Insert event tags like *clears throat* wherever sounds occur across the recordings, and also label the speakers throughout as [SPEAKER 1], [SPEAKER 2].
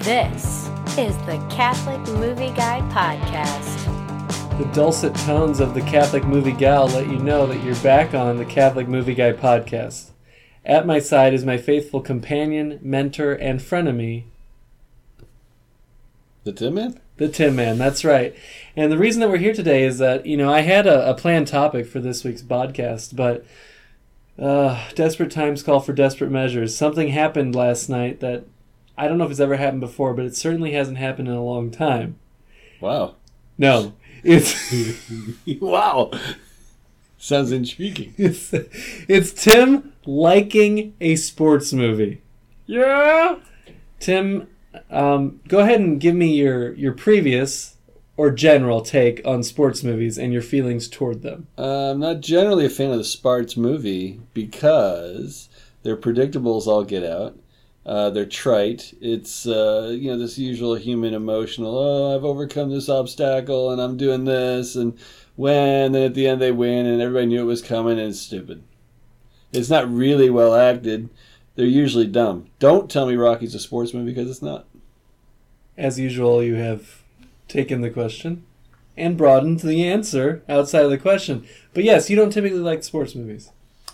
[SPEAKER 1] This is the Catholic Movie Guide Podcast.
[SPEAKER 2] The dulcet tones of the Catholic Movie Gal let you know that you're back on the Catholic Movie Guy podcast. At my side is my faithful companion, mentor, and frenemy,
[SPEAKER 3] The Tin Man?
[SPEAKER 2] the Tin Man. That's right. And the reason that we're here today is that, you know, I had a, a planned topic for this week's podcast, but uh, desperate times call for desperate measures. Something happened last night that I don't know if it's ever happened before, but it certainly hasn't happened in a long time.
[SPEAKER 3] Wow.
[SPEAKER 2] No, it's.
[SPEAKER 3] wow. Sounds intriguing.
[SPEAKER 2] It's, it's Tim liking a sports movie. Yeah. Tim, um, go ahead and give me your your previous or general take on sports movies and your feelings toward them.
[SPEAKER 3] Uh, I'm not generally a fan of the Sparts movie because they're predictable as all get out. Uh, they're trite. It's, uh, you know, this usual human emotional, oh, I've overcome this obstacle and I'm doing this and when, then at the end they win and everybody knew it was coming and it's stupid. It's not really well acted. They're usually dumb. Don't tell me Rocky's a sports movie because it's not.
[SPEAKER 2] As usual, you have taken the question and broadened the answer outside of the question. But yes, you don't typically like sports movies.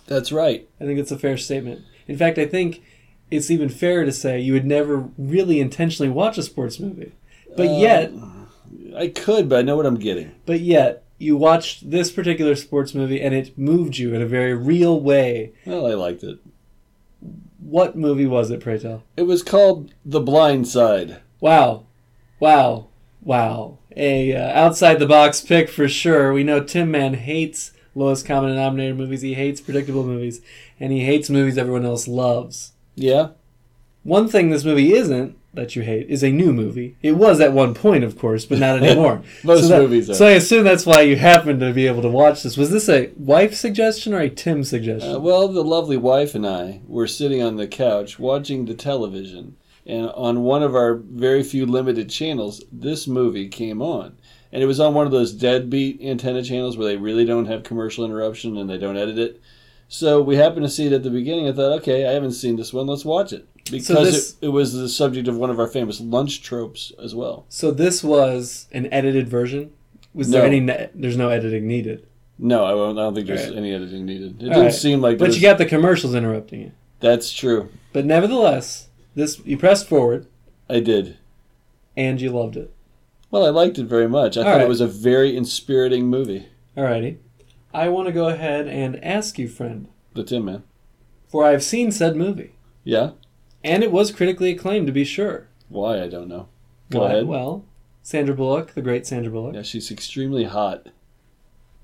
[SPEAKER 3] That's right.
[SPEAKER 2] I think it's a fair statement. In fact, I think it's even fair to say you would never really intentionally watch a sports movie. But
[SPEAKER 3] Uh,
[SPEAKER 2] yet,
[SPEAKER 3] I could, but I know what I'm getting.
[SPEAKER 2] But yet, you watched this particular sports movie and it moved you in a very real way.
[SPEAKER 3] Well, I liked it.
[SPEAKER 2] What movie was it, pray tell?
[SPEAKER 3] It was called The Blind Side.
[SPEAKER 2] Wow. Wow. Wow. A uh, outside the box pick for sure. We know Tim Man hates lowest common denominator movies, he hates predictable movies, and he hates movies everyone else loves.
[SPEAKER 3] Yeah,
[SPEAKER 2] One thing this movie isn't that you hate is a new movie. It was at one point, of course, but not anymore.
[SPEAKER 3] *laughs* Most
[SPEAKER 2] so that-
[SPEAKER 3] movies are.
[SPEAKER 2] So I assume that's why you happened to be able to watch this. Was this a wife suggestion or a Tim suggestion?
[SPEAKER 3] Uh, well, the lovely wife and I were sitting on the couch watching the television, and on one of our very few limited channels, this movie came on. And it was on one of those deadbeat antenna channels where they really don't have commercial interruption and they don't edit it. So we happened to see it at the beginning. I thought, okay, I haven't seen this one. Let's watch it. Because
[SPEAKER 2] this-
[SPEAKER 3] it, it was the subject of one of our famous lunch tropes as well.
[SPEAKER 2] so this was an edited version. Was there
[SPEAKER 3] No.
[SPEAKER 2] any? Ne- there's no editing needed.
[SPEAKER 3] No, I don't, I don't think there's
[SPEAKER 2] Right.
[SPEAKER 3] any editing needed. It
[SPEAKER 2] All
[SPEAKER 3] didn't
[SPEAKER 2] right.
[SPEAKER 3] seem like
[SPEAKER 2] But
[SPEAKER 3] this.
[SPEAKER 2] you got the commercials interrupting it.
[SPEAKER 3] That's true.
[SPEAKER 2] But nevertheless, this you pressed forward
[SPEAKER 3] I did.
[SPEAKER 2] and you loved it.
[SPEAKER 3] Well, I liked it very much. I
[SPEAKER 2] All
[SPEAKER 3] thought
[SPEAKER 2] right.
[SPEAKER 3] it was a very inspiriting movie.
[SPEAKER 2] Alrighty, I want to go ahead and ask you, friend,
[SPEAKER 3] The Tin Man.
[SPEAKER 2] for I've seen said movie,
[SPEAKER 3] Yeah?
[SPEAKER 2] and it was critically acclaimed to be sure.
[SPEAKER 3] Why? I don't know. Go
[SPEAKER 2] Why?
[SPEAKER 3] ahead.
[SPEAKER 2] Well, Sandra Bullock, the great Sandra Bullock,
[SPEAKER 3] Yeah, she's extremely hot.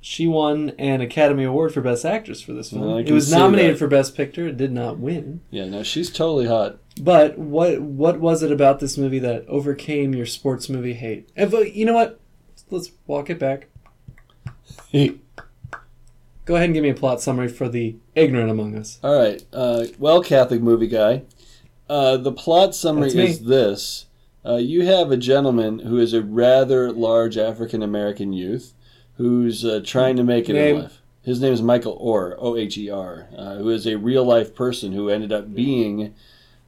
[SPEAKER 2] she won an Academy Award for Best Actress for this film.
[SPEAKER 3] Well, I
[SPEAKER 2] it
[SPEAKER 3] can
[SPEAKER 2] was
[SPEAKER 3] see
[SPEAKER 2] nominated
[SPEAKER 3] that.
[SPEAKER 2] for Best Picture. It did not win.
[SPEAKER 3] Yeah, no, she's totally hot. *laughs*
[SPEAKER 2] But what what was it about this movie that overcame your sports movie hate? And, but you know what? Let's walk it back. Go ahead and give me a plot summary for the ignorant among us.
[SPEAKER 3] All right. Uh, well, Catholic movie guy, uh, the plot summary
[SPEAKER 2] That's me.
[SPEAKER 3] is this: uh, You have a gentleman who is a rather large African American youth who's uh, trying to make it
[SPEAKER 2] Name?
[SPEAKER 3] in life. His name is Michael Orr, O H E R, uh, who is a real life person who ended up being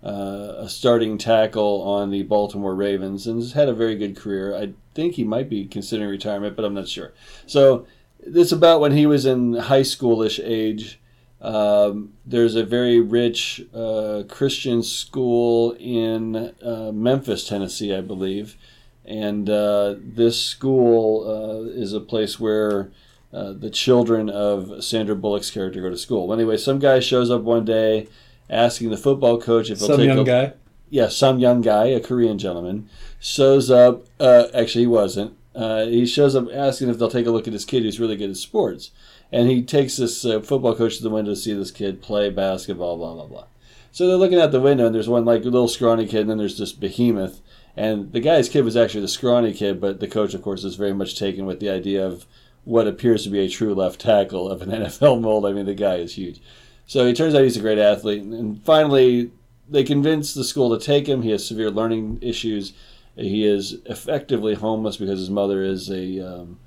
[SPEAKER 3] uh, a starting tackle on the Baltimore Ravens and has had a very good career. I think he might be considering retirement, but I'm not sure. So, it's about when he was in high schoolish age. Um, there's a very rich uh, Christian school in uh, Memphis, Tennessee, I believe. And uh, this school uh, is a place where uh, the children of Sandra Bullock's character go to school. Well, anyway, some guy shows up one day asking the football coach if he'll
[SPEAKER 2] Some
[SPEAKER 3] take
[SPEAKER 2] young
[SPEAKER 3] a,
[SPEAKER 2] guy.
[SPEAKER 3] yeah, some young guy, a Korean gentleman, shows up. Uh, actually, he wasn't. Uh, he shows up asking if they'll take a look at his kid who's really good at sports. And he takes this uh, football coach to the window to see this kid play basketball, blah, blah, blah. So they're looking out the window, and there's one like little scrawny kid, and then there's this behemoth. And the guy's kid was actually the scrawny kid, but the coach, of course, is very much taken with the idea of what appears to be a true left tackle of an *laughs* NFL mold. I mean, the guy is huge. So he turns out he's a great athlete. And- And finally, they convince the school to take him. He has severe learning issues. He is effectively homeless because his mother is a um,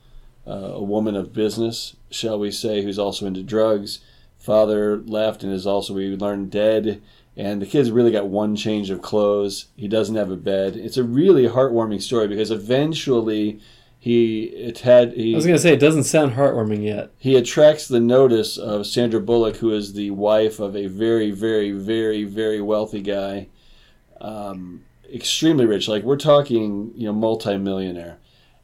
[SPEAKER 3] uh, a woman of business, shall we say, who's also into drugs. Father left and is also we learn dead, And the kid's really got one change of clothes. He doesn't have a bed. It's a really heartwarming story because eventually he it had he
[SPEAKER 2] I was gonna say it doesn't sound heartwarming yet.
[SPEAKER 3] he attracts the notice of Sandra Bullock, who is the wife of a very, very, very, very wealthy guy, um, extremely rich. Like we're talking, you know, multimillionaire.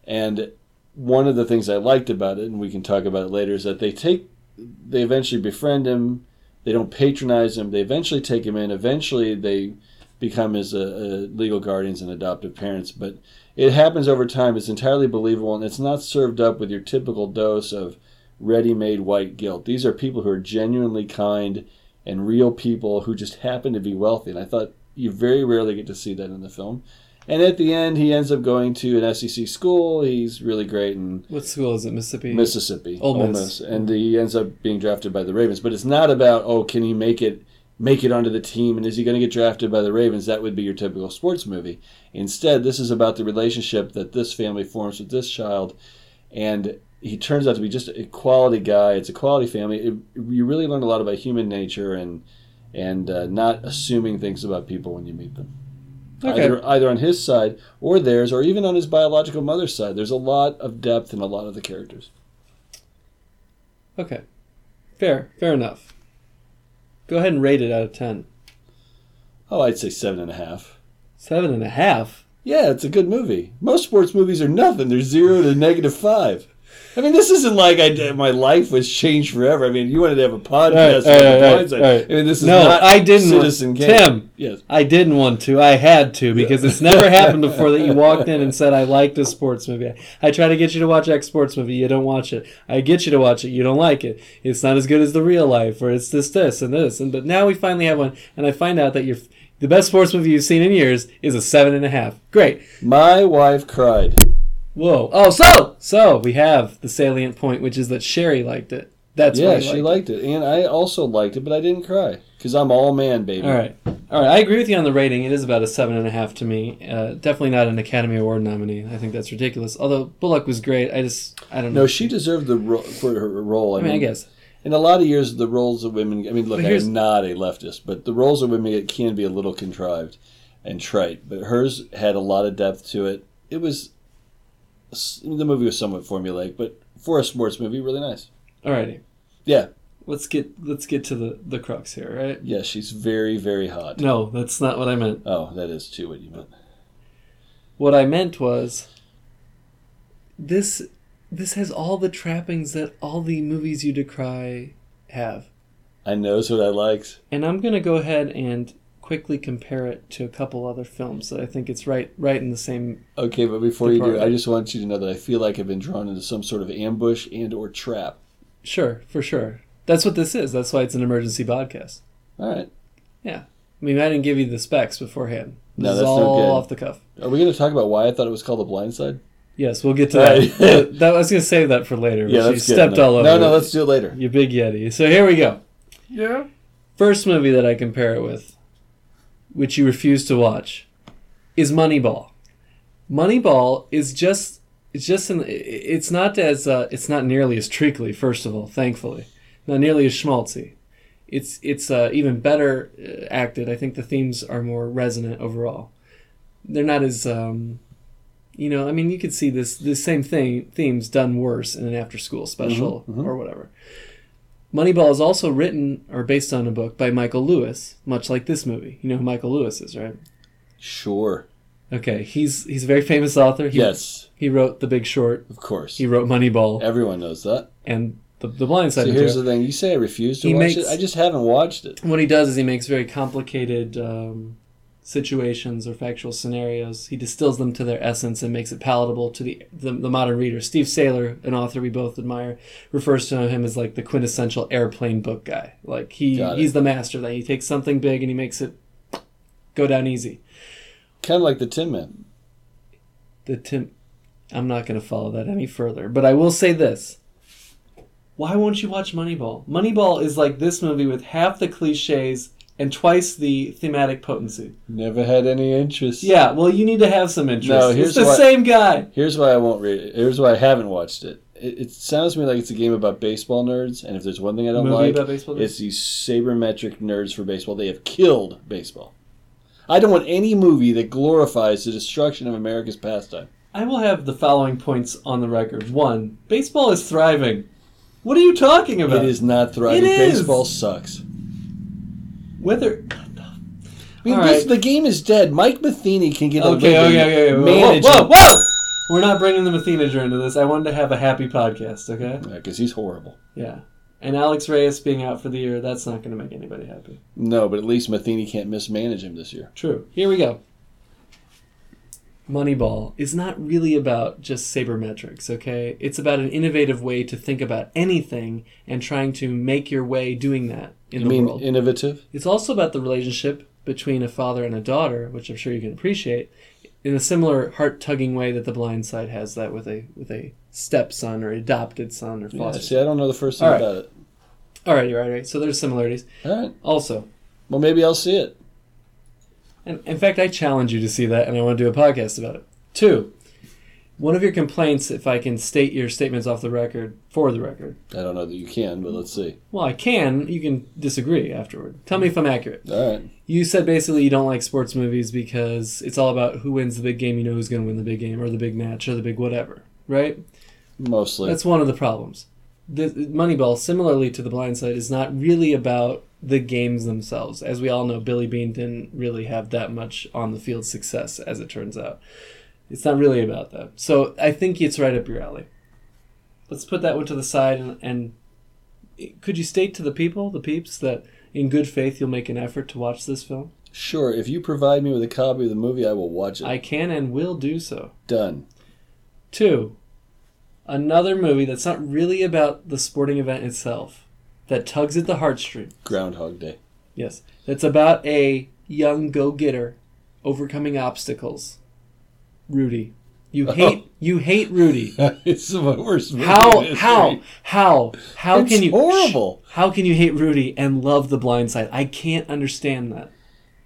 [SPEAKER 3] And one of the things I liked about it, and we can talk about it later, is that they take, they eventually befriend him. They don't patronize him. They eventually take him in. Eventually, they become his uh, uh, legal guardians and adoptive parents. But it happens over time. It's entirely believable, and it's not served up with your typical dose of ready made white guilt. These are people who are genuinely kind and real people who just happen to be wealthy. And I thought you very rarely get to see that in the film. And at the end, he ends up going to an SEC school. He's really great in
[SPEAKER 2] What school is it? Mississippi.
[SPEAKER 3] Mississippi.
[SPEAKER 2] Ole Miss.
[SPEAKER 3] And he ends up being drafted by the Ravens. But it's not about, oh, can he make it? Make it onto the team, and is he going to get drafted by the Ravens? That would be your typical sports movie. Instead, this is about the relationship that this family forms with this child, and he turns out to be just a quality guy. It's a quality family. It, you really learn a lot about human nature and and uh, not assuming things about people when you meet them.
[SPEAKER 2] Okay.
[SPEAKER 3] Either, either on his side or theirs, or even on his biological mother's side. There's a lot of depth in a lot of the characters.
[SPEAKER 2] Okay. Fair. Fair enough. Go ahead and rate it out of ten.
[SPEAKER 3] Oh, I'd say seven and a half.
[SPEAKER 2] Seven and a half.
[SPEAKER 3] Yeah, it's a good movie. Most sports movies are nothing. They're zero to negative five. I mean, this isn't like I did, my life was changed forever. I mean, you wanted to have a
[SPEAKER 2] All right,
[SPEAKER 3] podcast. on the
[SPEAKER 2] all right,
[SPEAKER 3] blind side.
[SPEAKER 2] all right.
[SPEAKER 3] I mean, this is
[SPEAKER 2] No,
[SPEAKER 3] not
[SPEAKER 2] I didn't want-
[SPEAKER 3] Citizen Kane.
[SPEAKER 2] Tim.
[SPEAKER 3] Yes.
[SPEAKER 2] I didn't want to. I had to because it's never
[SPEAKER 3] *laughs*
[SPEAKER 2] happened before that you walked in and said I liked a sports movie. I try to get you to watch X sports movie. You don't watch it. I get you to watch it. You don't like it. It's not as good as the real life, or it's this, this, and this. And but now we finally have one, and I find out that you're. The best sports movie you've seen in years is a seven and a half. Great.
[SPEAKER 3] My wife cried.
[SPEAKER 2] Whoa. Oh, so so we have the salient point, which is that Sherry liked it. That's
[SPEAKER 3] yeah,
[SPEAKER 2] why I
[SPEAKER 3] she liked it. And I also liked it, but I didn't cry. Because I'm all man, baby.
[SPEAKER 2] All right, all right. I agree with you on the rating. It is about a seven and a half to me. Uh, definitely not an Academy Award nominee. I think that's ridiculous. Although Bullock was great, I just I don't know.
[SPEAKER 3] No, she deserved the ro- for her role.
[SPEAKER 2] I mean, I guess.
[SPEAKER 3] In a lot of years, the roles of women. I mean, look,
[SPEAKER 2] But here's-
[SPEAKER 3] I'm not a leftist, but the roles of women it can be a little contrived and trite. But hers had a lot of depth to it. It was s- the movie was somewhat formulaic, but for a sports movie, really nice.
[SPEAKER 2] All righty.
[SPEAKER 3] Yeah,
[SPEAKER 2] Let's get let's get to the the crux here, right?
[SPEAKER 3] yeah, she's very, very hot.
[SPEAKER 2] No, that's not what I meant.
[SPEAKER 3] Oh, that is too what you meant.
[SPEAKER 2] What I meant was this this has all the trappings that all the movies you decry have.
[SPEAKER 3] I knows what I liked.
[SPEAKER 2] And I'm going to go ahead and quickly compare it to a couple other films that I think it's right right in the same
[SPEAKER 3] Okay, but before you do,
[SPEAKER 2] Department.
[SPEAKER 3] I just want you to know that I feel like I've been drawn into some sort of ambush and or trap.
[SPEAKER 2] Sure, for sure. That's what this is. That's why it's an emergency podcast.
[SPEAKER 3] All right,
[SPEAKER 2] Yeah. I mean, I didn't give you the specs beforehand. This
[SPEAKER 3] No,
[SPEAKER 2] is
[SPEAKER 3] that's no
[SPEAKER 2] all
[SPEAKER 3] good.
[SPEAKER 2] off the cuff.
[SPEAKER 3] are we going to talk about why I thought it was called The Blind Side?
[SPEAKER 2] Yes, we'll
[SPEAKER 3] *laughs*
[SPEAKER 2] get to
[SPEAKER 3] All
[SPEAKER 2] that.
[SPEAKER 3] right.
[SPEAKER 2] that. *laughs* I was going to save that for later. but you
[SPEAKER 3] good.
[SPEAKER 2] stepped
[SPEAKER 3] No.
[SPEAKER 2] all over
[SPEAKER 3] No, no,
[SPEAKER 2] it.
[SPEAKER 3] let's do it later.
[SPEAKER 2] You big yeti. So here we go.
[SPEAKER 3] Yeah.
[SPEAKER 2] First movie that I compare it with, which you refuse to watch, is Moneyball. Moneyball is just it's just an it's not as uh, it's not nearly as treacly. First of all, thankfully, not nearly as schmaltzy. It's it's uh, even better uh, acted. I think the themes are more resonant overall. They're not as um, you know. I mean, you could see this this same thing themes done worse in an after school special or whatever. Moneyball is also written or based on a book by Michael Lewis, much like this movie. You know who Michael Lewis is, right?
[SPEAKER 3] Sure.
[SPEAKER 2] Okay, he's he's a very famous author. He,
[SPEAKER 3] Yes,
[SPEAKER 2] he wrote The Big Short.
[SPEAKER 3] of course.
[SPEAKER 2] He wrote Moneyball
[SPEAKER 3] Everyone knows that.
[SPEAKER 2] and The, the Blind Side.
[SPEAKER 3] So
[SPEAKER 2] material.
[SPEAKER 3] here's the thing. You say I refuse to
[SPEAKER 2] He
[SPEAKER 3] watch
[SPEAKER 2] makes-
[SPEAKER 3] it. I just haven't watched it.
[SPEAKER 2] what he does is he makes very complicated um, situations or factual scenarios. He distills them to their essence and makes it palatable to the, the the modern reader. Steve Saylor, an author we both admire, refers to him as like the quintessential airplane book guy. Like he
[SPEAKER 3] Got it.
[SPEAKER 2] he's the master of that. He takes something big and he makes it go down easy.
[SPEAKER 3] Kind of like the Tin Man.
[SPEAKER 2] The Tim, I'm not going to follow that any further, but I will say this. Why won't you watch Moneyball? Moneyball is like this movie with half the cliches and twice the thematic potency.
[SPEAKER 3] Never had any interest.
[SPEAKER 2] Yeah, well, you need to have some interest.
[SPEAKER 3] No,
[SPEAKER 2] it's
[SPEAKER 3] here's
[SPEAKER 2] the
[SPEAKER 3] what-
[SPEAKER 2] same guy.
[SPEAKER 3] Here's why I won't read it. Here's why I haven't watched it. it, it sounds to me like it's a game about baseball nerds, and if there's one thing I don't
[SPEAKER 2] Movie
[SPEAKER 3] like,
[SPEAKER 2] about baseball nerds?
[SPEAKER 3] it's these sabermetric nerds for baseball. They have killed baseball. I don't want any movie that glorifies the destruction of America's pastime.
[SPEAKER 2] I will have the following points on the record. One, baseball is thriving. What are you talking about?
[SPEAKER 3] It is not thriving.
[SPEAKER 2] It is.
[SPEAKER 3] Baseball sucks.
[SPEAKER 2] Whether
[SPEAKER 3] I mean,
[SPEAKER 2] All
[SPEAKER 3] this-
[SPEAKER 2] right.
[SPEAKER 3] the game is dead. Mike Matheny can get a
[SPEAKER 2] Okay,
[SPEAKER 3] living
[SPEAKER 2] okay, okay. Whoa,
[SPEAKER 3] managing-
[SPEAKER 2] whoa, whoa! We're not bringing the Mathenager into this. I wanted to have a happy podcast, okay?
[SPEAKER 3] Yeah, 'cause he's horrible.
[SPEAKER 2] Yeah. And Alex Reyes being out for the year, that's not going to make anybody happy.
[SPEAKER 3] No, but at least Matheny can't mismanage him this year.
[SPEAKER 2] True. Here we go. Moneyball is not really about just sabermetrics, okay? It's about an innovative way to think about anything and trying to make your way doing that in
[SPEAKER 3] You
[SPEAKER 2] the
[SPEAKER 3] mean
[SPEAKER 2] world.
[SPEAKER 3] innovative?
[SPEAKER 2] It's also about the relationship between a father and a daughter, which I'm sure you can appreciate, in a similar heart tugging way that the blind side has that with a with a stepson or adopted son or
[SPEAKER 3] Yeah,
[SPEAKER 2] foster.
[SPEAKER 3] see, I don't know the first thing
[SPEAKER 2] All right.
[SPEAKER 3] about it.
[SPEAKER 2] All right, you're right, right. So there's similarities.
[SPEAKER 3] All right.
[SPEAKER 2] Also,
[SPEAKER 3] Well, maybe I'll see it.
[SPEAKER 2] and in fact, I challenge you to see that, and I want to do a podcast about it. Two, one of your complaints, if I can state your statements off the record for the record.
[SPEAKER 3] I don't know that you can, but let's see.
[SPEAKER 2] Well, I can. You can disagree afterward. Tell me if I'm accurate.
[SPEAKER 3] All right.
[SPEAKER 2] You said basically you don't like sports movies because it's all about who wins the big game. You know who's going to win the big game or the big match or the big whatever, right?
[SPEAKER 3] Mostly.
[SPEAKER 2] That's one of the problems. The Moneyball, similarly to The Blind Side, is not really about the games themselves. As we all know, Billy Bean didn't really have that much on the field success, as it turns out. It's not really about that. So I think it's right up your alley. Let's put that one to the side and, and could you state to the people, the peeps, that in good faith you'll make an effort to watch this film?
[SPEAKER 3] Sure. If you provide me with a copy of the movie, I will watch it.
[SPEAKER 2] I can and will do so.
[SPEAKER 3] Done.
[SPEAKER 2] Two, another movie that's not really about the sporting event itself, that tugs at the heartstrings.
[SPEAKER 3] Groundhog Day.
[SPEAKER 2] Yes, that's about a young go-getter overcoming obstacles. Rudy, you hate you hate Rudy.
[SPEAKER 3] *laughs* *laughs* it's the worst movie. in
[SPEAKER 2] How
[SPEAKER 3] history.
[SPEAKER 2] how how how
[SPEAKER 3] It's
[SPEAKER 2] can you
[SPEAKER 3] horrible.
[SPEAKER 2] Shh. How can you hate Rudy and love The Blind Side? I can't understand that.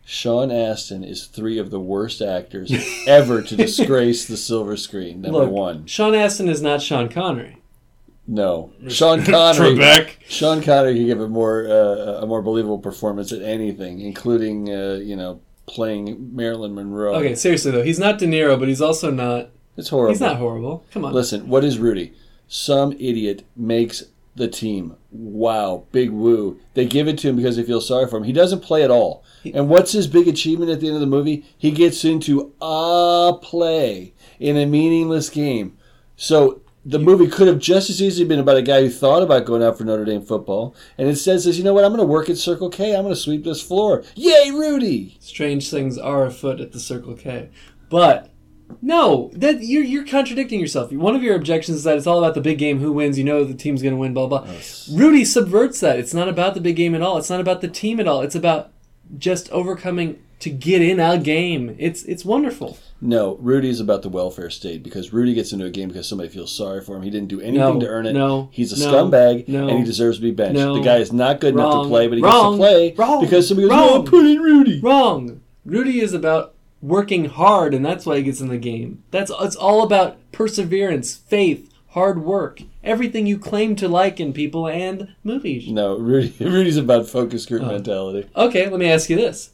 [SPEAKER 3] Sean Astin is three of the
[SPEAKER 2] *laughs*
[SPEAKER 3] worst actors ever to disgrace the silver screen. Number
[SPEAKER 2] Look,
[SPEAKER 3] one.
[SPEAKER 2] Sean Astin is not Sean Connery.
[SPEAKER 3] No. Sean Connery. Sean Connery could give a more uh, a more believable performance at anything, including uh, you know playing Marilyn Monroe.
[SPEAKER 2] Okay, seriously though, he's not De Niro, but he's also not.
[SPEAKER 3] it's horrible.
[SPEAKER 2] He's not horrible. Come on.
[SPEAKER 3] Listen, what is Rudy? Some idiot makes the team. Wow, big woo. They give it to him because they feel sorry for him. He doesn't play at all. And what's his big achievement at the end of the movie? He gets into a play in a meaningless game. So the movie could have just as easily been about a guy who thought about going out for Notre Dame football and instead says, you know what, I'm going to work at Circle K. I'm going to sweep this floor. Yay, Rudy!
[SPEAKER 2] strange things are afoot at the Circle K. But no, that you're you're contradicting yourself. One of your objections is that it's all about the big game, who wins, you know the team's going to win, blah blah. Rudy subverts that. It's not about the big game at all. It's not about the team at all. It's about just overcoming to get in a game. It's it's wonderful.
[SPEAKER 3] No, Rudy's about the welfare state because Rudy gets into a game because somebody feels sorry for him. He didn't do anything
[SPEAKER 2] No,
[SPEAKER 3] to earn it.
[SPEAKER 2] no,
[SPEAKER 3] he's a
[SPEAKER 2] no,
[SPEAKER 3] scumbag
[SPEAKER 2] no,
[SPEAKER 3] and he deserves to be benched.
[SPEAKER 2] no,
[SPEAKER 3] the guy is not good enough
[SPEAKER 2] wrong,
[SPEAKER 3] to play, but he
[SPEAKER 2] wrong,
[SPEAKER 3] gets to play
[SPEAKER 2] wrong,
[SPEAKER 3] because somebody goes,
[SPEAKER 2] wrong.
[SPEAKER 3] "Oh, put in Rudy."
[SPEAKER 2] Wrong. Rudy is about working hard and that's why he gets in the game. That's it's all about perseverance, faith, hard work, everything you claim to like in people and movies.
[SPEAKER 3] No, Rudy. *laughs* Rudy's about focus
[SPEAKER 2] Oh.
[SPEAKER 3] group mentality.
[SPEAKER 2] Okay, let me ask you this.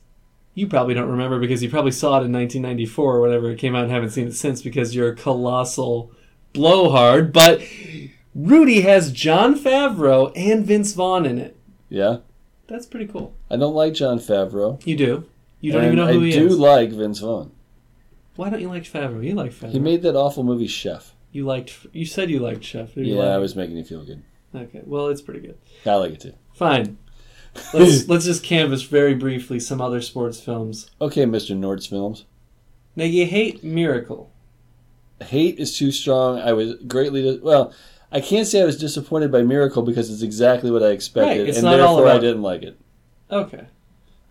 [SPEAKER 2] You probably don't remember because you probably saw it in 1994 or whenever it came out and haven't seen it since because you're a colossal blowhard. But Rudy has John Favreau and Vince Vaughn in it.
[SPEAKER 3] Yeah,
[SPEAKER 2] That's pretty cool.
[SPEAKER 3] I don't like John Favreau.
[SPEAKER 2] You do. You don't
[SPEAKER 3] and
[SPEAKER 2] even know who
[SPEAKER 3] I
[SPEAKER 2] he
[SPEAKER 3] do
[SPEAKER 2] is.
[SPEAKER 3] like Vince Vaughn.
[SPEAKER 2] Why don't you like Favreau? You like Favreau.
[SPEAKER 3] He made that awful movie Chef.
[SPEAKER 2] you liked. You said you liked Chef. Did you
[SPEAKER 3] Yeah, I
[SPEAKER 2] like
[SPEAKER 3] was making you feel good.
[SPEAKER 2] it? Okay. Well, it's pretty good.
[SPEAKER 3] I like it too.
[SPEAKER 2] Fine.
[SPEAKER 3] *laughs*
[SPEAKER 2] Let's let's just canvas very briefly some other sports films.
[SPEAKER 3] Okay, Mr. Nord's films.
[SPEAKER 2] Now you hate Miracle.
[SPEAKER 3] hate is too strong. I was greatly dis- well. I can't say I was disappointed by Miracle because it's exactly what I expected,
[SPEAKER 2] Right, it's
[SPEAKER 3] and
[SPEAKER 2] not all
[SPEAKER 3] therefore I
[SPEAKER 2] about-
[SPEAKER 3] didn't like it.
[SPEAKER 2] Okay.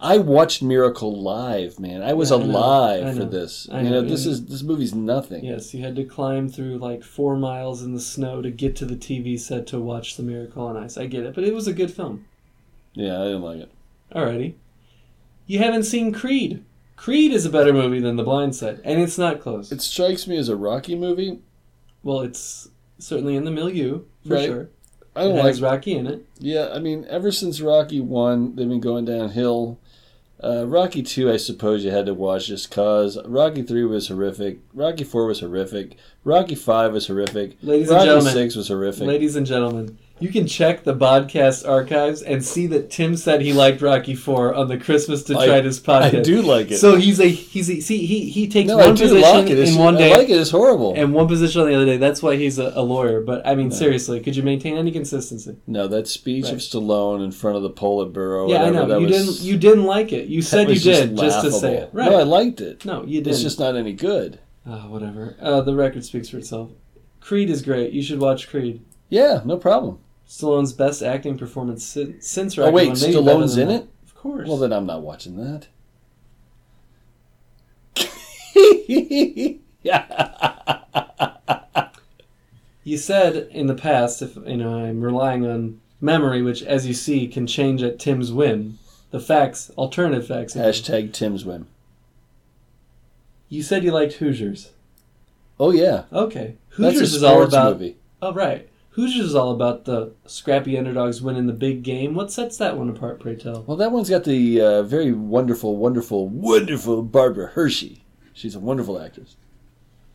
[SPEAKER 3] I watched Miracle live, man. I was
[SPEAKER 2] Yeah, I know.
[SPEAKER 3] alive
[SPEAKER 2] I
[SPEAKER 3] for
[SPEAKER 2] know.
[SPEAKER 3] this.
[SPEAKER 2] I
[SPEAKER 3] you
[SPEAKER 2] know.
[SPEAKER 3] know, this is this movie's nothing.
[SPEAKER 2] Yes, you had to climb through like four miles in the snow to get to the TV set to watch The Miracle on Ice. I get it, but it was a good film.
[SPEAKER 3] Yeah, I didn't like it.
[SPEAKER 2] Alrighty. You haven't seen Creed. Creed is a better movie than The Blind Side, and it's not close.
[SPEAKER 3] It strikes me as a Rocky movie.
[SPEAKER 2] well, it's certainly in the milieu for
[SPEAKER 3] Right.
[SPEAKER 2] sure.
[SPEAKER 3] Oh, I
[SPEAKER 2] It
[SPEAKER 3] don't like
[SPEAKER 2] has Rocky in it.
[SPEAKER 3] Yeah, I mean, ever since Rocky one, they've been going downhill. Uh, Rocky two, I suppose you had to watch just cause. Rocky three was horrific. Rocky four was horrific. Rocky five was horrific.
[SPEAKER 2] Ladies and
[SPEAKER 3] Rocky
[SPEAKER 2] gentlemen,
[SPEAKER 3] six was horrific.
[SPEAKER 2] Ladies and gentlemen, you can check the podcast archives and see that Tim said he liked Rocky Four on the Christmas Detritus
[SPEAKER 3] I
[SPEAKER 2] podcast.
[SPEAKER 3] do like it.
[SPEAKER 2] So he's a he's a, see he he takes
[SPEAKER 3] no, I
[SPEAKER 2] one
[SPEAKER 3] do like
[SPEAKER 2] position
[SPEAKER 3] it. It's,
[SPEAKER 2] in one day
[SPEAKER 3] I like it. It's horrible.
[SPEAKER 2] and one position on the other day. That's why he's a, a lawyer. But I mean, seriously, could you maintain any consistency?
[SPEAKER 3] no, that speech
[SPEAKER 2] Right.
[SPEAKER 3] of Stallone in front of the poll at Burrow.
[SPEAKER 2] yeah, I
[SPEAKER 3] Oh, whatever,
[SPEAKER 2] know
[SPEAKER 3] that
[SPEAKER 2] you
[SPEAKER 3] was-
[SPEAKER 2] didn't you didn't like it. You
[SPEAKER 3] *laughs* that
[SPEAKER 2] said you
[SPEAKER 3] was just
[SPEAKER 2] did just to say it.
[SPEAKER 3] laughable.
[SPEAKER 2] Right?
[SPEAKER 3] No, I liked it.
[SPEAKER 2] no, you didn't.
[SPEAKER 3] It's just not any good.
[SPEAKER 2] Oh, whatever. Uh, the record speaks for itself. Creed is great. You should watch Creed.
[SPEAKER 3] Yeah, no problem.
[SPEAKER 2] Stallone's best acting performance since, since Rocky
[SPEAKER 3] Oh wait,
[SPEAKER 2] One, maybe better
[SPEAKER 3] Stallone's
[SPEAKER 2] than
[SPEAKER 3] in
[SPEAKER 2] that.
[SPEAKER 3] it.
[SPEAKER 2] Of course.
[SPEAKER 3] Well, then I'm not watching *laughs* that.
[SPEAKER 2] you said in the past, if you know, I'm relying on memory, which, as you see, can change at Tim's whim. The facts, alternative facts.
[SPEAKER 3] Hashtag Tim's whim.
[SPEAKER 2] You said you liked Hoosiers.
[SPEAKER 3] Oh yeah,
[SPEAKER 2] Okay,
[SPEAKER 3] that's a
[SPEAKER 2] Hoosiers
[SPEAKER 3] sports
[SPEAKER 2] is all about.
[SPEAKER 3] movie.
[SPEAKER 2] Oh right, Hoosiers is all about the scrappy underdogs winning the big game. What sets that one apart, pray tell?
[SPEAKER 3] Well, that one's got the uh, very wonderful, wonderful, wonderful Barbara Hershey. She's a wonderful actress.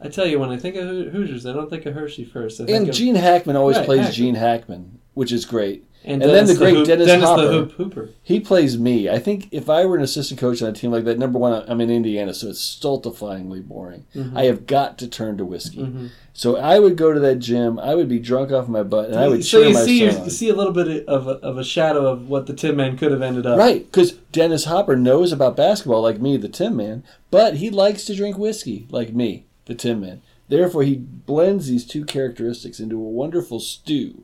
[SPEAKER 2] I tell you, when I think of Hoo- Hoosiers, I don't think of Hershey first. I think
[SPEAKER 3] And
[SPEAKER 2] of,
[SPEAKER 3] Gene Hackman always
[SPEAKER 2] Right,
[SPEAKER 3] plays
[SPEAKER 2] Hackman.
[SPEAKER 3] Gene Hackman, which is great.
[SPEAKER 2] and,
[SPEAKER 3] and then
[SPEAKER 2] Dennis
[SPEAKER 3] the great
[SPEAKER 2] Hoop-
[SPEAKER 3] Dennis Hopper.
[SPEAKER 2] the Hoop Hooper.
[SPEAKER 3] He plays me. I think if I were an assistant coach on a team like that, number one, I'm in Indiana, so it's stultifyingly boring.
[SPEAKER 2] Mm-hmm.
[SPEAKER 3] I have got to turn to whiskey. So I would go to that gym. I would be drunk off my butt, and I would
[SPEAKER 2] so
[SPEAKER 3] cheer
[SPEAKER 2] you
[SPEAKER 3] my
[SPEAKER 2] see,
[SPEAKER 3] son
[SPEAKER 2] you
[SPEAKER 3] on.
[SPEAKER 2] see a little bit of a, of a shadow of what the Tin Man could have ended up.
[SPEAKER 3] Right, because Dennis Hopper knows about basketball like me, the Tin Man, but he likes to drink whiskey like me, the Tin Man. Therefore, he blends these two characteristics into a wonderful stew.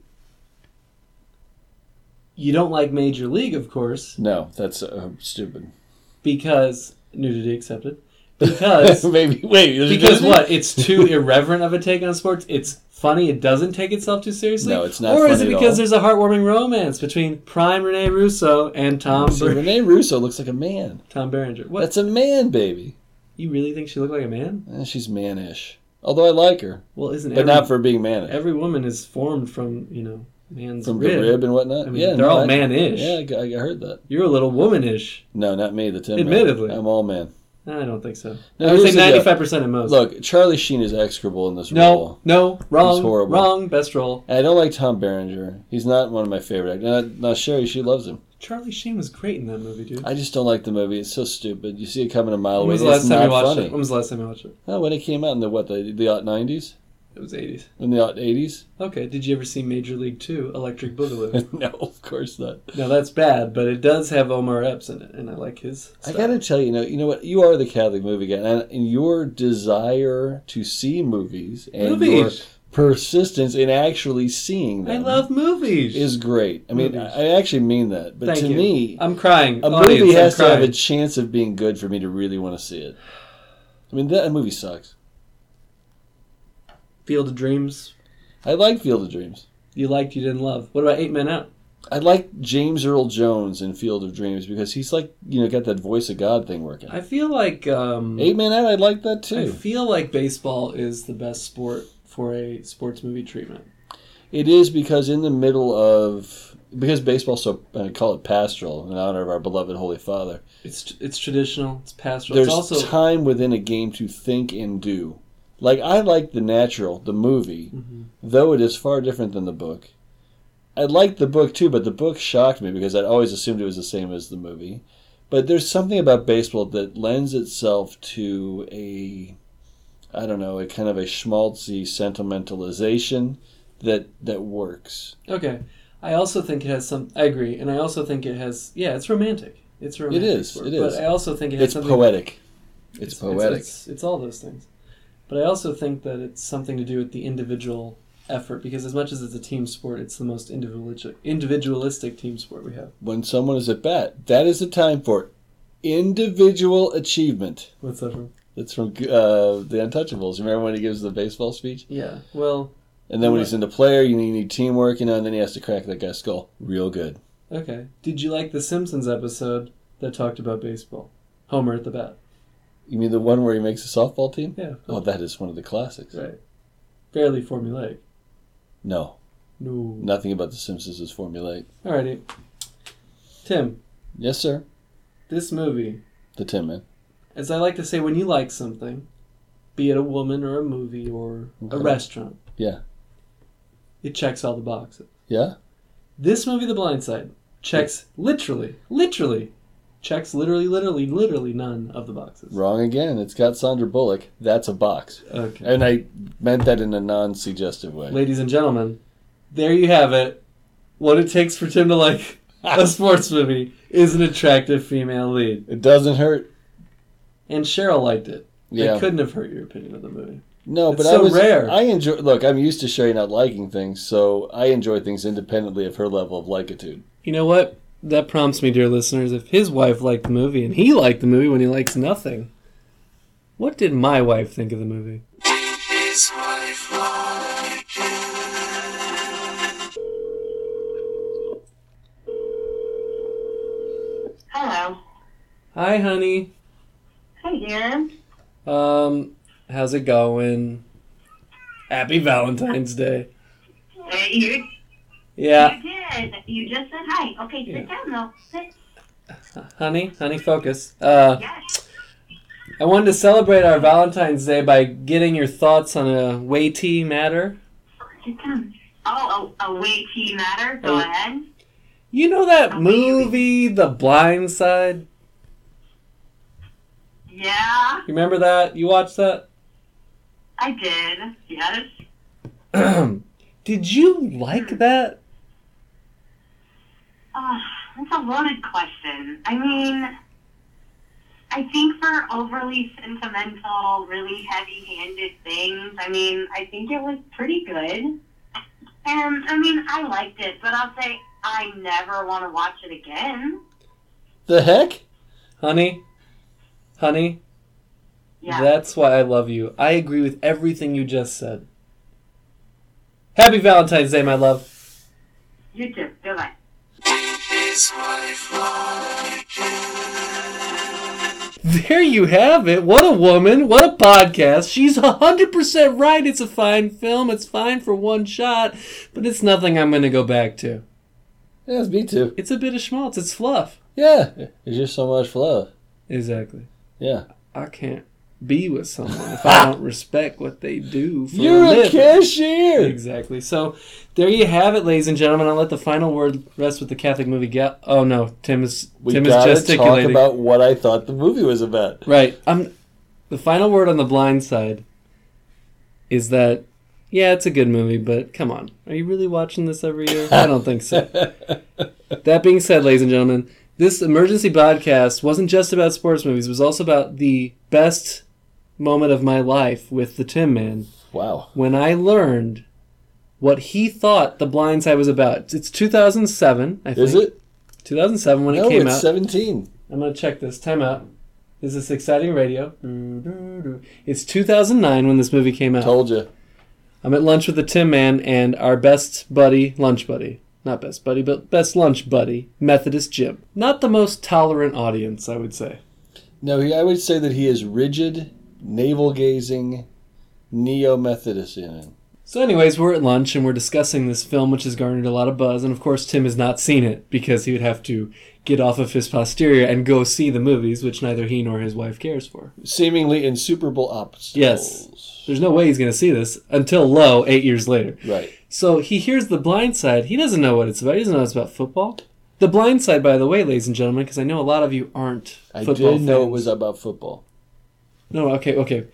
[SPEAKER 2] You don't like Major League, of course,
[SPEAKER 3] No, that's uh, stupid.
[SPEAKER 2] because nudity accepted. Because
[SPEAKER 3] *laughs* Maybe wait. there's a
[SPEAKER 2] because
[SPEAKER 3] Disney?
[SPEAKER 2] what? It's too
[SPEAKER 3] *laughs*
[SPEAKER 2] irreverent of a take on sports. It's funny. It doesn't take itself too seriously.
[SPEAKER 3] No, it's not
[SPEAKER 2] Or is
[SPEAKER 3] funny
[SPEAKER 2] it
[SPEAKER 3] at
[SPEAKER 2] because
[SPEAKER 3] all.
[SPEAKER 2] there's a heartwarming romance between Prime Rene Russo and Tom
[SPEAKER 3] See,
[SPEAKER 2] Ber-
[SPEAKER 3] Rene Russo looks like a man.
[SPEAKER 2] Tom Berenger? What?
[SPEAKER 3] That's a man, baby.
[SPEAKER 2] you really think she looked like a man?
[SPEAKER 3] Eh, she's mannish. Although I like her,
[SPEAKER 2] Well, isn't
[SPEAKER 3] but
[SPEAKER 2] every,
[SPEAKER 3] not for being mannish.
[SPEAKER 2] every woman is formed from you know man's
[SPEAKER 3] From
[SPEAKER 2] rib?
[SPEAKER 3] the rib and whatnot.
[SPEAKER 2] I mean,
[SPEAKER 3] yeah,
[SPEAKER 2] they're
[SPEAKER 3] no,
[SPEAKER 2] all
[SPEAKER 3] I-
[SPEAKER 2] man-ish.
[SPEAKER 3] Yeah, I, g- I heard that.
[SPEAKER 2] You're a little womanish.
[SPEAKER 3] No, not me. The Tin
[SPEAKER 2] Admittedly.
[SPEAKER 3] Man. I'm all man.
[SPEAKER 2] I don't think so.
[SPEAKER 3] No,
[SPEAKER 2] I would
[SPEAKER 3] here's
[SPEAKER 2] say
[SPEAKER 3] the deal.
[SPEAKER 2] ninety-five percent at most.
[SPEAKER 3] Look, Charlie Sheen is execrable in this role.
[SPEAKER 2] no, no, wrong,
[SPEAKER 3] It's horrible.
[SPEAKER 2] wrong. Best role.
[SPEAKER 3] And I don't like Tom Berenger. He's not one of my favorite actors. Now, now Sherry, she loves him.
[SPEAKER 2] Charlie Sheen was great in that movie, dude.
[SPEAKER 3] I just don't like the movie. It's so stupid. You see it coming a mile
[SPEAKER 2] when
[SPEAKER 3] away.
[SPEAKER 2] was
[SPEAKER 3] It's
[SPEAKER 2] the last time
[SPEAKER 3] not
[SPEAKER 2] you watched
[SPEAKER 3] funny.
[SPEAKER 2] it? When was the last time you watched it?
[SPEAKER 3] Oh, when it came out in the what the the aught nineties,
[SPEAKER 2] It was eighties.
[SPEAKER 3] in the aught eighties. *laughs*
[SPEAKER 2] Okay. Did you ever see Major League Two: Electric Boogaloo?
[SPEAKER 3] no, of course not.
[SPEAKER 2] now that's bad, but it does have Omar Epps in it, and I like his.
[SPEAKER 3] I
[SPEAKER 2] Stuff.
[SPEAKER 3] gotta tell you, you know, you know what? You are the Catholic movie guy, and, and your desire to see movies and
[SPEAKER 2] movies.
[SPEAKER 3] your persistence in actually seeing
[SPEAKER 2] I
[SPEAKER 3] them
[SPEAKER 2] love movies.
[SPEAKER 3] is great. I mean,
[SPEAKER 2] Movies.
[SPEAKER 3] I I actually mean that. But
[SPEAKER 2] Thank
[SPEAKER 3] to
[SPEAKER 2] you.
[SPEAKER 3] me,
[SPEAKER 2] I'm crying.
[SPEAKER 3] a
[SPEAKER 2] Audience,
[SPEAKER 3] movie has
[SPEAKER 2] I'm
[SPEAKER 3] to have a
[SPEAKER 2] crying.
[SPEAKER 3] chance of being good for me to really want to see it. I mean, that movie sucks.
[SPEAKER 2] Field of Dreams.
[SPEAKER 3] I like Field of Dreams.
[SPEAKER 2] You liked, you didn't love. What about Eight Men Out?
[SPEAKER 3] I like James Earl Jones in Field of Dreams because he's like, you know, got that voice of God thing working.
[SPEAKER 2] I feel like um,
[SPEAKER 3] Eight Man Out, I like that
[SPEAKER 2] I
[SPEAKER 3] too.
[SPEAKER 2] feel like baseball is the best sport for a sports movie treatment.
[SPEAKER 3] It is because in the middle of because baseball, so I call it pastoral in honor of our beloved Holy Father.
[SPEAKER 2] It's it's traditional. It's pastoral.
[SPEAKER 3] There's
[SPEAKER 2] it's also
[SPEAKER 3] time within a game to think and do. Like I like the natural, the movie,
[SPEAKER 2] Mm-hmm.
[SPEAKER 3] though it is far different than the book. I liked the book too, but the book shocked me because I'd always assumed it was the same as the movie. But there's something about baseball that lends itself to a, I don't know, a kind of a schmaltzy sentimentalization that that works.
[SPEAKER 2] okay. I also think it has some. I agree, and I also think it has. Yeah, it's romantic. It's a romantic.
[SPEAKER 3] is,
[SPEAKER 2] Sport,
[SPEAKER 3] it
[SPEAKER 2] But
[SPEAKER 3] is.
[SPEAKER 2] I also think it has
[SPEAKER 3] It's
[SPEAKER 2] something.
[SPEAKER 3] poetic. It's
[SPEAKER 2] it's-
[SPEAKER 3] poetic.
[SPEAKER 2] It's, it's all those things, but I also think that it's something to do with the individual effort because as much as it's a team sport, it's the most individualistic individualistic team sport we have.
[SPEAKER 3] When someone is at bat, that is the time for individual achievement.
[SPEAKER 2] What's that from?
[SPEAKER 3] That's from uh, the Untouchables. Remember when he gives the baseball speech,
[SPEAKER 2] Yeah. Well.
[SPEAKER 3] and then when he's in the player, you need, you need teamwork, you know, and then he has to crack that guy's skull real good.
[SPEAKER 2] Okay. Did you like the Simpsons episode that talked about baseball? Homer at the bat.
[SPEAKER 3] You mean the one where he makes a softball team?
[SPEAKER 2] Yeah.
[SPEAKER 3] Oh, that is one of the classics.
[SPEAKER 2] Right. Fairly formulaic.
[SPEAKER 3] No,
[SPEAKER 2] No.
[SPEAKER 3] nothing about The Simpsons is formulaic.
[SPEAKER 2] Alrighty. Tim,
[SPEAKER 3] Yes, sir.
[SPEAKER 2] this movie,
[SPEAKER 3] The Tin Man.
[SPEAKER 2] as I like to say, when you like something, be it a woman or a movie or a
[SPEAKER 3] Okay.
[SPEAKER 2] restaurant,
[SPEAKER 3] Yeah.
[SPEAKER 2] it checks all the boxes.
[SPEAKER 3] Yeah?
[SPEAKER 2] This movie, The Blind Side, checks literally, literally, checks literally, literally, literally none of the boxes.
[SPEAKER 3] Wrong again. It's got Sandra Bullock. That's a box.
[SPEAKER 2] Okay.
[SPEAKER 3] And I meant that in a non suggestive way.
[SPEAKER 2] Ladies and gentlemen, there you have it. What it takes for Tim to like
[SPEAKER 3] *laughs*
[SPEAKER 2] a sports movie is an attractive female lead.
[SPEAKER 3] It doesn't hurt.
[SPEAKER 2] And Cheryl liked it.
[SPEAKER 3] Yeah.
[SPEAKER 2] It couldn't have hurt your opinion of the movie.
[SPEAKER 3] No,
[SPEAKER 2] It's
[SPEAKER 3] but I
[SPEAKER 2] so
[SPEAKER 3] was
[SPEAKER 2] rare.
[SPEAKER 3] I enjoy look, I'm used to Sherry not liking things, so I enjoy things independently of her level of likitude.
[SPEAKER 2] You know what? That prompts me, dear listeners, if his wife liked the movie and he liked the movie when he likes nothing, what did my wife think of the movie?
[SPEAKER 4] Hello.
[SPEAKER 2] Hi, honey.
[SPEAKER 4] Hi, dear.
[SPEAKER 2] Um, how's it going? Happy Valentine's Day.
[SPEAKER 4] Uh, you,
[SPEAKER 2] Yeah,
[SPEAKER 4] you did. You just said hi. Okay, sit
[SPEAKER 2] Yeah.
[SPEAKER 4] down though. Sit.
[SPEAKER 2] honey, honey, focus. Uh,
[SPEAKER 4] Yes.
[SPEAKER 2] I wanted to celebrate our Valentine's Day by getting your thoughts on a weighty matter.
[SPEAKER 4] Sit down. Oh, a, a weight tea matter. Go
[SPEAKER 2] Oh.
[SPEAKER 4] ahead.
[SPEAKER 2] You know that movie, The Blind Side?
[SPEAKER 4] Yeah,
[SPEAKER 2] You remember that? You watched that? *clears throat*
[SPEAKER 4] I did. Yes.
[SPEAKER 2] Did you like that?
[SPEAKER 4] Oh, that's a loaded question. I mean, I think for overly sentimental, really heavy-handed things, I mean, I think it was pretty good. And I mean, I liked it, but I'll say I never want to watch it again.
[SPEAKER 3] The heck?
[SPEAKER 2] Honey? Honey?
[SPEAKER 4] Yeah.
[SPEAKER 2] That's why I love you. I agree with everything you just said. Happy Valentine's Day, my love.
[SPEAKER 4] You too. Goodbye.
[SPEAKER 2] There you have it. What a woman. What a podcast. She's 100% right. It's a fine film. It's fine for one shot, but it's nothing I'm going to go back to.
[SPEAKER 3] Yes, me too.
[SPEAKER 2] It's a bit of schmaltz. It's fluff.
[SPEAKER 3] Yeah. There's just so much love.
[SPEAKER 2] Exactly.
[SPEAKER 3] Yeah.
[SPEAKER 2] I can't be with someone if I don't respect what they do for
[SPEAKER 3] You're
[SPEAKER 2] a
[SPEAKER 3] a
[SPEAKER 2] living.
[SPEAKER 3] cashier.
[SPEAKER 2] *laughs* Exactly. So there you have it, ladies and gentlemen. I'll let the final word rest with the Catholic movie. Ga- oh no, Tim is
[SPEAKER 3] We
[SPEAKER 2] Tim is
[SPEAKER 3] gotta talk
[SPEAKER 2] gesticulating.
[SPEAKER 3] about what I thought the movie was about.
[SPEAKER 2] right. Um, the final word on the Blind Side is that yeah, it's a good movie, but come on, are you really watching this every year? I don't think
[SPEAKER 3] *laughs*
[SPEAKER 2] so. that being said, ladies and gentlemen, this emergency podcast wasn't just about sports movies. It was also about the best moment of my life with the Tim Man
[SPEAKER 3] Wow.
[SPEAKER 2] when I learned what he thought The Blind Side was about. It's 2007, I think.
[SPEAKER 3] Is it?
[SPEAKER 2] 2007 when
[SPEAKER 3] No,
[SPEAKER 2] it came
[SPEAKER 3] it's
[SPEAKER 2] out.
[SPEAKER 3] 17.
[SPEAKER 2] I'm going to check this. Time out. This is exciting radio. It's 2009 when this movie came out.
[SPEAKER 3] Told you.
[SPEAKER 2] I'm at lunch with the Tim Man and our best buddy, lunch buddy. Not best buddy, but best lunch buddy, Methodist Jim. Not the most tolerant audience, I would say.
[SPEAKER 3] No, he, I would say that he is rigid, navel gazing, neo Methodist.
[SPEAKER 2] So, anyways, we're at lunch and we're discussing this film, which has garnered a lot of buzz. And of course, Tim has not seen it because he would have to get off of his posterior and go see the movies, which neither he nor his wife cares for.
[SPEAKER 3] Seemingly insuperable obstacles.
[SPEAKER 2] Yes. There's no way he's going to see this until Low eight years later.
[SPEAKER 3] Right.
[SPEAKER 2] So he hears The Blind Side. He doesn't know what it's about. He doesn't know it's about football. The Blind Side, by the way, ladies and gentlemen, because I know a lot of you aren't
[SPEAKER 3] I
[SPEAKER 2] football
[SPEAKER 3] did know it
[SPEAKER 2] fans.
[SPEAKER 3] was about football.
[SPEAKER 2] No, okay, okay.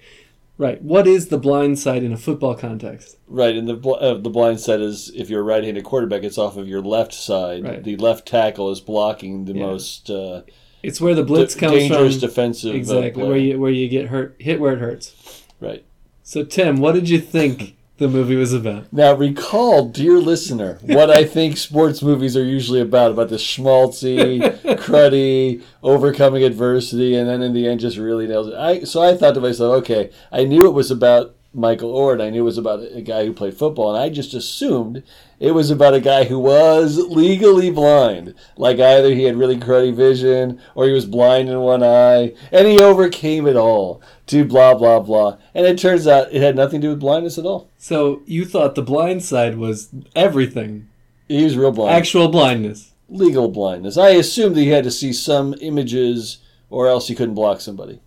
[SPEAKER 2] Right. What is The Blind Side in a football context?
[SPEAKER 3] Right, and the bl- uh, the blind side is if you're a right-handed quarterback, it's off of your left side.
[SPEAKER 2] Right.
[SPEAKER 3] The left tackle is blocking the
[SPEAKER 2] Yeah.
[SPEAKER 3] most uh,
[SPEAKER 2] It's where the blitz
[SPEAKER 3] d-
[SPEAKER 2] comes
[SPEAKER 3] dangerous
[SPEAKER 2] from.
[SPEAKER 3] defensive. uh,
[SPEAKER 2] exactly
[SPEAKER 3] play.
[SPEAKER 2] where you where you get hurt hit where it hurts
[SPEAKER 3] Right
[SPEAKER 2] so tim what did you
[SPEAKER 3] *laughs*
[SPEAKER 2] think the movie was about
[SPEAKER 3] now, recall, dear listener, what I think sports movies are usually about about the schmaltzy, cruddy, overcoming adversity, and then in the end, just really nails it. I so I thought to myself, okay, I knew it was about Michael Ord. I knew it was about a guy who played football, and I just assumed it was about a guy who was legally blind. Like either he had really cruddy vision, or he was blind in one eye, and he overcame it all to blah blah blah. And it turns out it had nothing to do with blindness at all.
[SPEAKER 2] So you thought the blind side was everything.
[SPEAKER 3] He was real blind,
[SPEAKER 2] Actual blindness.
[SPEAKER 3] legal blindness. I assumed that he had to see some images, or else he couldn't block somebody.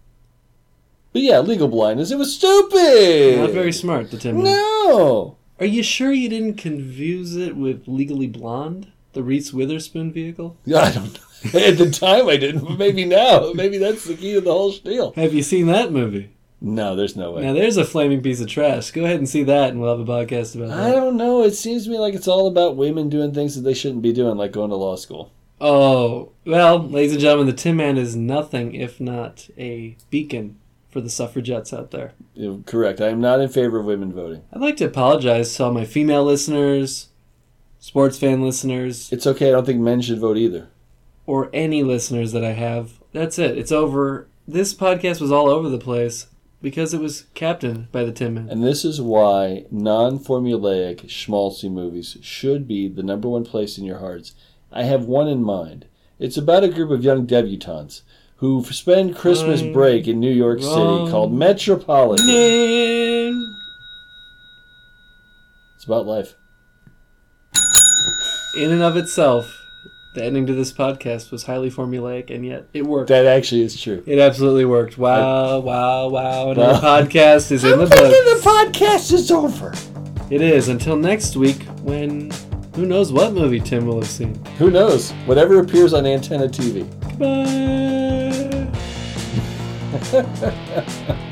[SPEAKER 3] But yeah, legal blindness. It was stupid.
[SPEAKER 2] Not very smart, the Tim.
[SPEAKER 3] No.
[SPEAKER 2] Are you sure you didn't confuse it with Legally Blonde? The Reese Witherspoon vehicle?
[SPEAKER 3] Yeah, I don't know. At the time, I didn't. but Maybe now. *laughs* Maybe that's the key to the whole spiel.
[SPEAKER 2] Have you seen that movie?
[SPEAKER 3] No, there's no way.
[SPEAKER 2] Now there's a flaming piece of trash. Go ahead and see that and we'll have a podcast about
[SPEAKER 3] I
[SPEAKER 2] that.
[SPEAKER 3] don't know. It seems to me like it's all about women doing things that they shouldn't be doing, like going to law school.
[SPEAKER 2] Oh, well, ladies and gentlemen, the Tin Man is nothing if not a beacon for the suffragettes out there.
[SPEAKER 3] Yeah, Correct. I am not in favor of women voting.
[SPEAKER 2] I'd like to apologize to all my female listeners, sports fan listeners,
[SPEAKER 3] It's okay. I don't think men should vote either.
[SPEAKER 2] or any listeners that I have. That's it. It's over. This podcast was all over the place because it was captained by the Tin Man.
[SPEAKER 3] And this is why non formulaic schmaltzy movies should be the number one place in your hearts. I have one in mind. It's about a group of young debutantes who spend Christmas
[SPEAKER 2] Right.
[SPEAKER 3] break in New York
[SPEAKER 2] Wrong.
[SPEAKER 3] City called Metropolitan.
[SPEAKER 2] Man.
[SPEAKER 3] It's about life.
[SPEAKER 2] In and of itself, the ending to this podcast was highly formulaic, and yet it worked.
[SPEAKER 3] That actually is true.
[SPEAKER 2] It absolutely worked. Wow, wow, wow. Another
[SPEAKER 3] Wow.
[SPEAKER 2] podcast is in the
[SPEAKER 3] the
[SPEAKER 2] book.
[SPEAKER 3] podcast is over.
[SPEAKER 2] It is. Until next week, when who knows what movie Tim will have seen.
[SPEAKER 3] Who knows? Whatever appears on antenna TV.
[SPEAKER 2] Goodbye.